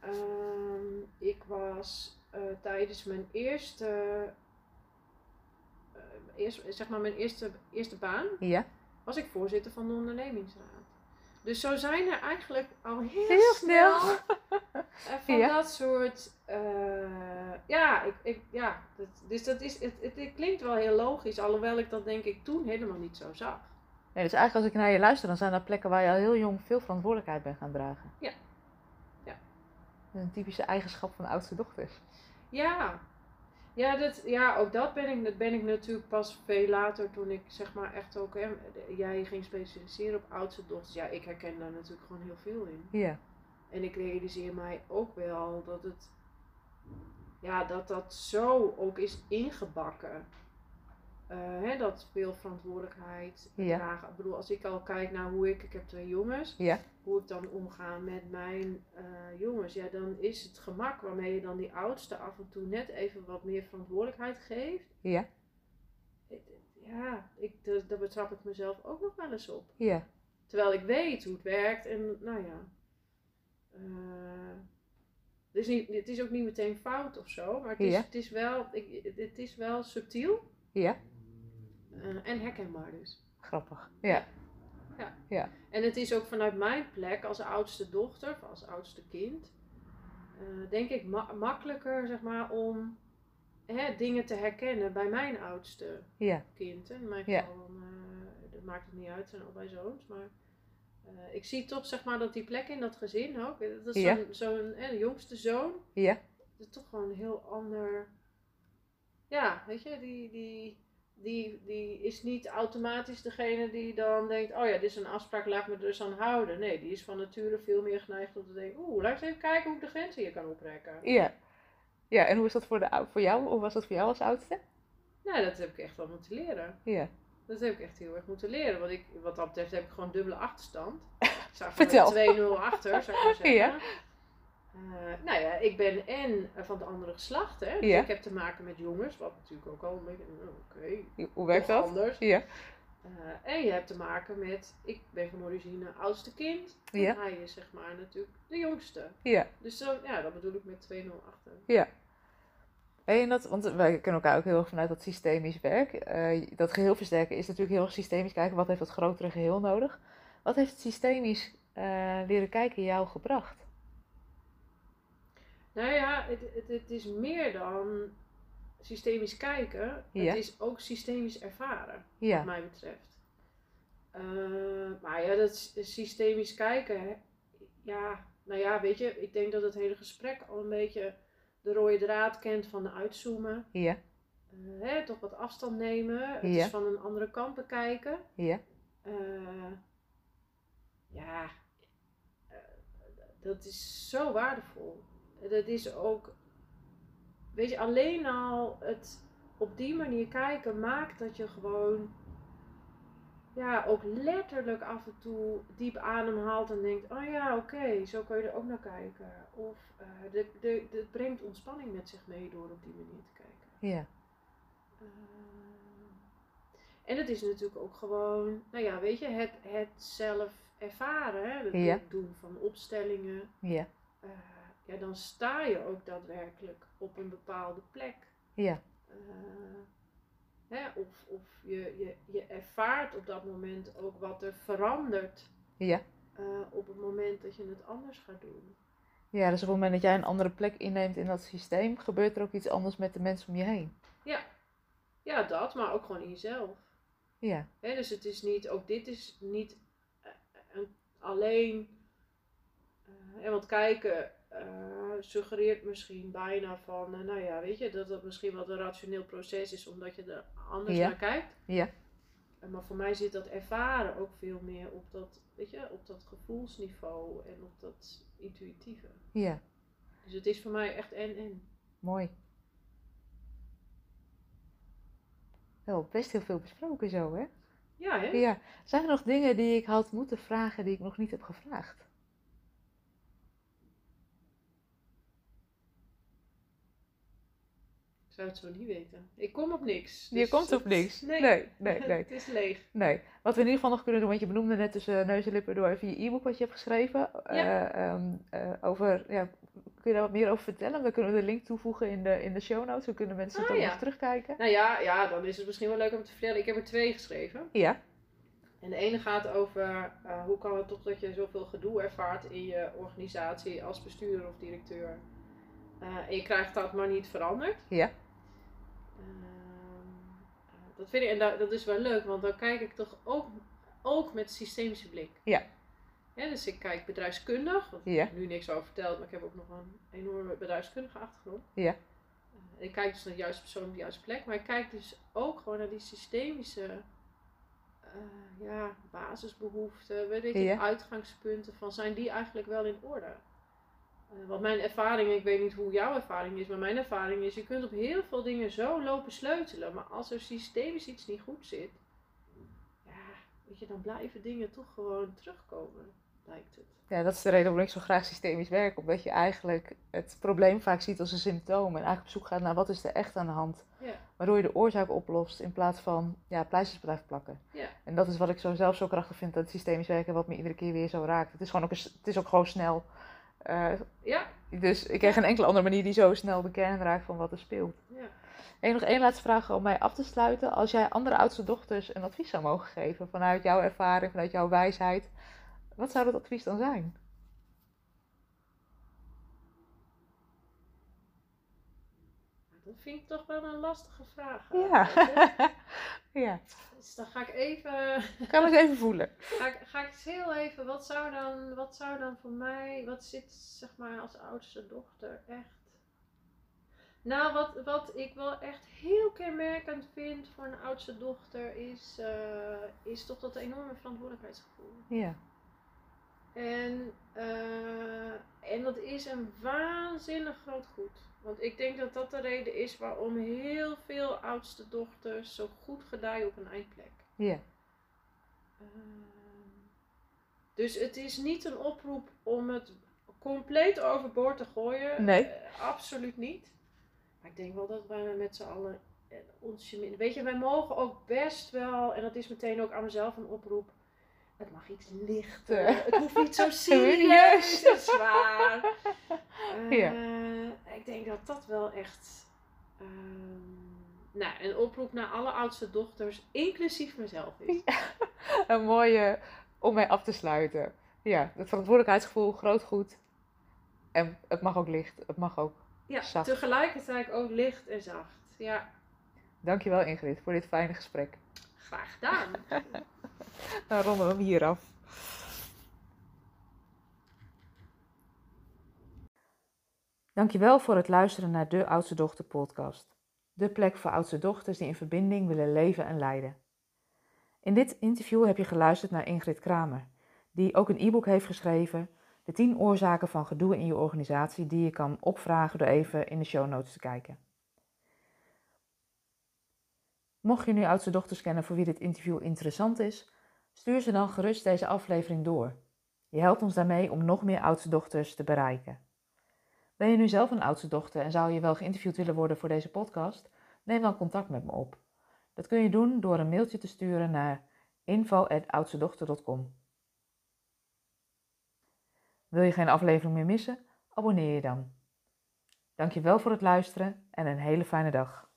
S2: Ehm, ik was eh, tijdens mijn eerste, eh, eerst, zeg maar mijn eerste, eerste baan,
S1: ja.
S2: was ik voorzitter van de ondernemingsraad. Dus zo zijn er eigenlijk al heel,
S1: Heel snel.
S2: snel, eh, van
S1: Ja.
S2: dat soort. eh, ja, ik, ik, ja dat, dus dat is, het, het, het klinkt wel heel logisch, alhoewel ik dat denk ik toen helemaal niet zo zag.
S1: Nee, dus eigenlijk als ik naar je luister, dan zijn dat plekken waar je al heel jong veel verantwoordelijkheid bent gaan dragen.
S2: Ja. Ja.
S1: Een typische eigenschap van oudste dochters.
S2: Ja, ja, dat, ja ook dat ben, ik, dat ben ik natuurlijk pas veel later toen ik zeg maar echt ook. Hè, jij ging specialiseren op oudste dochters. Ja, ik herken daar natuurlijk gewoon heel veel in.
S1: Ja.
S2: En ik realiseer mij ook wel dat het. Ja, dat dat zo ook is ingebakken. Eh, hè, dat veel verantwoordelijkheid
S1: Ja.
S2: dragen. Ik bedoel, als ik al kijk naar hoe ik, ik heb twee jongens,
S1: Ja.
S2: hoe ik dan omga met mijn eh, jongens, ja, dan is het gemak waarmee je dan die oudste af en toe net even wat meer verantwoordelijkheid geeft.
S1: Ja.
S2: Ja, ik, daar daar betrap ik mezelf ook nog wel eens op.
S1: Ja.
S2: Terwijl ik weet hoe het werkt en nou ja. Eh, het, is niet, het is ook niet meteen fout of zo, maar het is,
S1: Ja.
S2: het is, wel, ik, het- het is wel subtiel
S1: Ja.
S2: eh, en herkenbaar dus.
S1: Grappig. Ja.
S2: En het is ook vanuit mijn plek als oudste dochter, of als oudste kind, eh, denk ik ma- makkelijker zeg maar om hè, dingen te herkennen bij mijn oudste
S1: Ja.
S2: kind. hè. In mijn
S1: Ja.
S2: geval, dan, eh, dat maakt het niet uit, het zijn allebei zoons. Maar eh, ik zie toch zeg maar dat die plek in dat gezin ook, eh, dat is
S1: Ja.
S2: zo'n, zo'n hè, de jongste zoon,
S1: Ja.
S2: dat is toch gewoon een heel ander. Ja, weet je, die, die, die, die is niet automatisch degene die dan denkt: oh ja, dit is een afspraak, laat me er dus aan houden. Nee, die is van nature veel meer geneigd om te denken: oeh, laat eens even kijken hoe ik de grenzen hier kan oprekken.
S1: Ja. Ja. En hoe is dat voor, de, ou- voor jou? Hoe was dat voor jou als oudste?
S2: Nou, dat heb ik echt wel moeten leren.
S1: Ja.
S2: Dat heb ik echt heel erg moeten leren. Want ik, wat dat betreft heb ik gewoon dubbele achterstand. Ik sta
S1: Vertel.
S2: gewoon met 2-0 achter, zou ik maar zeggen.
S1: Ja.
S2: Eh, nou ja, ik ben en eh, van het andere geslacht. Hè? Dus
S1: Ja.
S2: ik heb te maken met jongens. Wat natuurlijk ook al een beetje... nou, Oké,
S1: Hoe werkt
S2: toch
S1: dat?
S2: anders.
S1: Ja.
S2: Eh, en je hebt te maken met... Ik ben van origine oudste kind. En
S1: Ja.
S2: hij is zeg maar natuurlijk de jongste.
S1: Ja.
S2: Dus dan, ja, dat bedoel ik met 2-0 achter.
S1: Hey, en dat, want wij kennen elkaar ook heel erg vanuit dat systemisch werk. Eh, dat geheel versterken is natuurlijk heel erg systemisch kijken wat heeft dat grotere geheel nodig. Wat heeft het systemisch eh, leren kijken jou gebracht?
S2: Nou ja, het, het, het is meer dan systemisch kijken.
S1: Ja.
S2: Het is ook systemisch ervaren.
S1: Ja.
S2: wat mij betreft. Eh, maar ja, dat s- systemisch kijken, hè. ja, nou ja, weet je, ik denk dat het hele gesprek al een beetje de rode draad kent van uitzoomen,
S1: Ja.
S2: Eh, hè, toch wat afstand nemen, het
S1: Ja.
S2: is van een andere kant bekijken.
S1: Ja.
S2: Eh, ja, eh, dat is zo waardevol. Dat is ook weet je, alleen al het op die manier kijken maakt dat je gewoon, ja, ook letterlijk af en toe diep ademhaalt en denkt, oh ja, oké, zo kun je er ook naar kijken. Of eh, de, de, de, het brengt ontspanning met zich mee door op die manier te kijken.
S1: Ja.
S2: Ehm, en het is natuurlijk ook gewoon, nou ja, weet je, het, het zelf ervaren, hè? Het
S1: Ja.
S2: doen van opstellingen.
S1: Ja.
S2: Eh, ja, dan sta je ook daadwerkelijk op een bepaalde plek.
S1: Ja.
S2: Eh, hè? Of, of je, je, je ervaart op dat moment ook wat er verandert
S1: Ja.
S2: eh, op het moment dat je het anders gaat doen.
S1: Ja, dus op het moment dat jij een andere plek inneemt in dat systeem, gebeurt er ook iets anders met de mensen om je heen.
S2: Ja, ja dat, maar ook gewoon in jezelf.
S1: Ja.
S2: Hè, dus het is niet, ook dit is niet eh, een- alleen. eh, hè, want kijken eh, suggereert misschien bijna van, eh, nou ja, weet je, dat dat misschien wat een rationeel proces is, omdat je er anders
S1: Ja.
S2: naar kijkt.
S1: Ja.
S2: Eh, Maar voor mij zit dat ervaren ook veel meer op dat, weet je, op dat gevoelsniveau en op dat intuïtieve.
S1: Ja.
S2: Dus het is voor mij echt en-en.
S1: Mooi. Wel best heel veel besproken zo, hè?
S2: Ja, hè?
S1: Ja. Zijn er nog dingen die ik had moeten vragen die ik nog niet heb gevraagd?
S2: Ik zou het zo niet weten. Ik kom op niks.
S1: Je
S2: dus
S1: komt op
S2: het-
S1: niks.
S2: Nee,
S1: Nee, nee, nee.
S2: het is leeg.
S1: Nee. Wat we in ieder geval nog kunnen doen, want je benoemde net tussen neus en lippen door even je e-book wat je hebt geschreven. eh, ehm, eh, over, ja, kun je daar wat meer over vertellen? We kunnen de link toevoegen in de, in de show notes, dan kunnen mensen het
S2: Ah,
S1: dan
S2: ja.
S1: nog terugkijken.
S2: Nou ja, ja, dan is het misschien wel leuk om te vertellen. Ik heb er twee geschreven.
S1: Ja,
S2: En de ene gaat over eh, hoe kan het toch dat je zoveel gedoe ervaart in je organisatie als bestuurder of directeur. Eh, en je krijgt dat maar niet veranderd.
S1: ja,
S2: Ehm, dat vind ik, en dat, dat is wel leuk, want dan kijk ik toch ook, ook met systemische blik.
S1: Ja.
S2: Ja, dus ik kijk bedrijfskundig, want
S1: Ja.
S2: ik heb nu niks over verteld, maar ik heb ook nog een enorme bedrijfskundige achtergrond.
S1: Ja.
S2: Eh, ik kijk dus naar de juiste persoon op de juiste plek, maar ik kijk dus ook gewoon naar die systemische eh, ja, basisbehoeften, weet ik,
S1: Ja.
S2: het, uitgangspunten van zijn die eigenlijk wel in orde? Eh, Want mijn ervaring, ik weet niet hoe jouw ervaring is, maar mijn ervaring is, je kunt op heel veel dingen zo lopen sleutelen. Maar als er systemisch iets niet goed zit, ja, weet je, dan blijven dingen toch gewoon terugkomen, lijkt het.
S1: ja, dat is de reden waarom ik zo graag systemisch werk. Omdat je eigenlijk het probleem vaak ziet als een symptoom en eigenlijk op zoek gaat naar wat is er echt aan de hand.
S2: Ja.
S1: Waardoor je de oorzaak oplost in plaats van ja, pleisters blijft plakken.
S2: Ja.
S1: En dat is wat ik zo zelf zo krachtig vind aan het systemisch werken, wat me iedere keer weer zo raakt. Het is, gewoon ook, een s- het is ook gewoon snel. Eh,
S2: Ja,
S1: Dus ik ken geen enkele andere manier die zo snel de kern raakt van wat er speelt.
S2: ja.
S1: En nog één laatste vraag om mij af te sluiten. Als jij andere oudste dochters een advies zou mogen geven vanuit jouw ervaring, vanuit jouw wijsheid, wat zou dat advies dan zijn?
S2: Dat vind ik toch wel een lastige vraag.
S1: Ja.
S2: eigenlijk, hè?
S1: ja,
S2: Dus dan ga ik even,
S1: ik kan het even voelen.
S2: ga ik, ga ik eens heel even, wat zou, dan, wat zou dan voor mij, wat zit zeg maar als oudste dochter echt? Nou, wat, wat ik wel echt heel kenmerkend vind voor een oudste dochter is, eh, is toch dat enorme verantwoordelijkheidsgevoel.
S1: Ja,
S2: En, eh, en dat is een waanzinnig groot goed. Want ik denk dat dat de reden is waarom heel veel oudste dochters zo goed gedijen op een eindplek.
S1: ja,
S2: Ehm, dus het is niet een oproep om het compleet overboord te gooien.
S1: Nee.
S2: Eh, absoluut niet. Maar ik denk wel dat wij met z'n allen eh, ons gemin- Weet je, wij mogen ook best wel, en dat is meteen ook aan mezelf een oproep. Het mag iets lichter.
S1: Te-
S2: Het hoeft niet zo
S1: Serieus.
S2: serieus en zwaar. Eh,
S1: Ja.
S2: Ik denk dat dat wel echt. ehm, nou, een oproep naar alle oudste dochters, inclusief mezelf is.
S1: een mooie om mij af te sluiten. Ja, het verantwoordelijkheidsgevoel, groot goed. En het mag ook licht, het mag ook.
S2: Ja,
S1: Zacht.
S2: tegelijkertijd ook licht en zacht. Ja,
S1: Dankjewel Ingrid voor dit fijne gesprek.
S2: graag gedaan.
S1: Dan ronden we hem hier af.
S3: Dankjewel voor het luisteren naar de Oudste Dochter podcast. De plek voor oudste dochters die in verbinding willen leven en leiden. In dit interview heb je geluisterd naar Ingrid Kramer, die ook een e-book heeft geschreven, de 10 oorzaken van gedoe in je organisatie die je kan opvragen door even in de show notes te kijken.
S1: Mocht je nu oudste dochters kennen voor wie dit interview interessant is, stuur ze dan gerust deze aflevering door. Je helpt ons daarmee om nog meer oudste dochters te bereiken. Ben je nu zelf een oudste dochter en zou je wel geïnterviewd willen worden voor deze podcast? Neem dan contact met me op. Dat kun je doen door een mailtje te sturen naar info@oudstedochter.com. Wil je geen aflevering meer missen? Abonneer je dan. Dankjewel voor het luisteren en een hele fijne dag.